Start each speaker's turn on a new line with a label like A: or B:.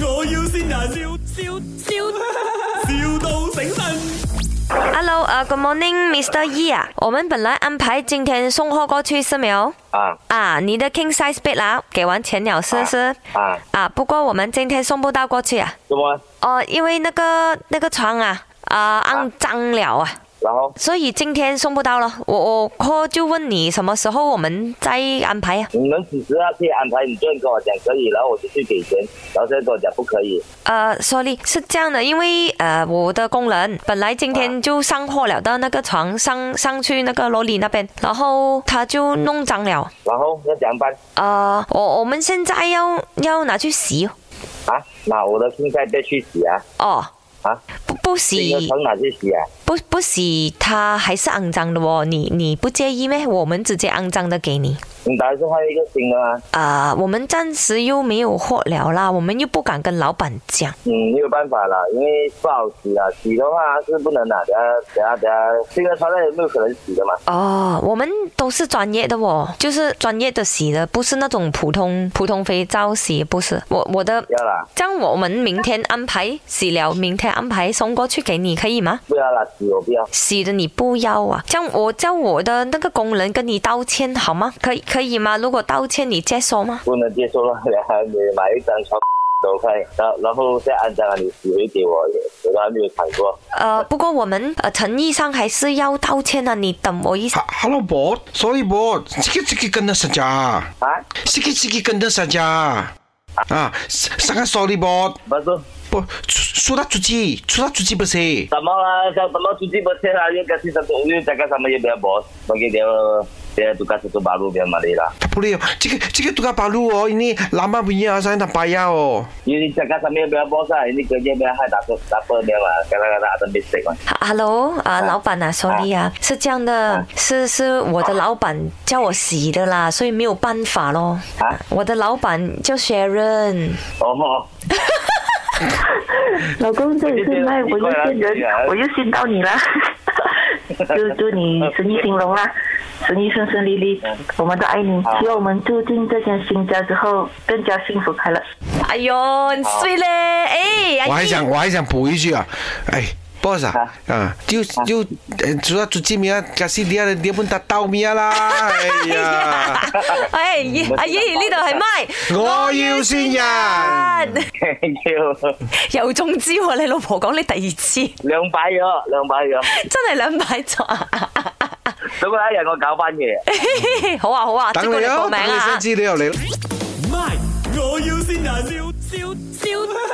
A: 要先人，笑笑笑，,笑到醒神。
B: Hello，呃、g o o d morning，Mr. Yi 啊，我们本来安排今天送货过去是没有？
C: 啊
B: 啊，你的 King size bed 啦，给完钱了是不是？
C: 啊，
B: 啊，不过我们今天送不到过去啊，
C: 怎么？
B: 哦，因为那个那个床啊，啊、肮脏了啊，
C: 然后
B: 所以今天送不到了。我我 call 就问你什么时候我们再安排啊？
C: 你们几时要去安排？你就跟我讲可以，然后我就去给钱，然后再跟我讲不可以。
B: 呃，sorry，是这样的，因为呃我的工人本来今天就上货了到那个床上上去那个罗里那边，然后他就弄脏了。
C: 然后要怎样办？
B: 呃，我我们现在要要拿去洗哦
C: 啊，拿我的青菜再去洗啊
B: 哦，
C: 啊，
B: 不不
C: 你的
B: 洗
C: 床拿去洗啊？
B: 不不洗，它还是肮脏的哦。你你不介意咩？我们直接肮脏的给你。
C: 你打算换一个新的吗？
B: 啊、我们暂时又没有货聊啦，我们又不敢跟老板讲。
C: 嗯，没有办法啦，因为不好洗啊，洗的话是不能拿的。啊等下等下，这个穿在有没有可能洗的嘛？
B: 哦，我们都是专业的哦，就是专业的洗的，不是那种普通普通肥皂洗，不是。我我的，
C: 要啦，
B: 这样我们明天安排洗了，明天安排送过去给你，可以吗？
C: 不要啦，洗我不要。
B: 洗的你不要啊！这样我叫我的那个工人跟你道歉好吗？可以可以吗？如果道歉你接受吗？
C: 不能接受了，然后你买一张床走开，然后然后再按照你洗回给我，我都还没有踩过。
B: 呃，不过我们呃诚意上还是要道歉的、你等我一下。
D: Ha- Hello bot, sorry bot. Sikit-sikit kena saja.
C: 啊，
D: Sikit-sikit kena saja. Ah, s- sangat sorry bot.
C: 不是。
D: Bot, su- surat cuci, surat cuci bersih.
C: 怎么啦？像什么出去不车啦？又跟新生又再跟什么也不要 bos，bagi dia dia tukar satu baru biar lah. marilah.
D: Tak boleh. Cikgu, cikgu tukar palu oh. Ini lama punya saya tak payah oh.
C: Ini cakap sama dia biar bos lah. Ini kerja biar hai tak apa- tak apa dia lah. Kadang-kadang ada mistake lah.
B: Hello，啊、老板啊，sorry 啊，是这样的，是是我的老板叫我洗的啦，所以没有办法咯。
C: 啊
B: 我的老板叫 Sharon，
C: Oh,
E: 老公，这里是卖我又见人，我又见到你了，就祝你生意兴隆啦，生意啊顺顺利利，我们都爱你，希望我们住进这间新家之后更加幸福快乐。
B: 哎呦，很碎嘞，哎，阿
D: 我还
B: 姨
D: 想，我还想补一句啊，哎，boss 啊，啊，就就呃主要主机名啊，kasih dia dia pun tak tahu mia lah. 啦，哎呀，
B: 哎，阿姨呢度系麦，
D: 我要先人。
C: thank you.
B: 又中招啊！你老婆講你第二次，
C: Lương bái vô, lương bái vô.
B: 真係兩擺咗啊！
C: Đúng rồi, giờ con cạo banh kìa.
B: 好啊好啊，即
D: 等
B: 管
D: 你
B: 你報
D: 啊，
B: 名
D: 等你
B: 啊
D: 新！資料嚟啦。
A: My，我要先人，笑笑笑。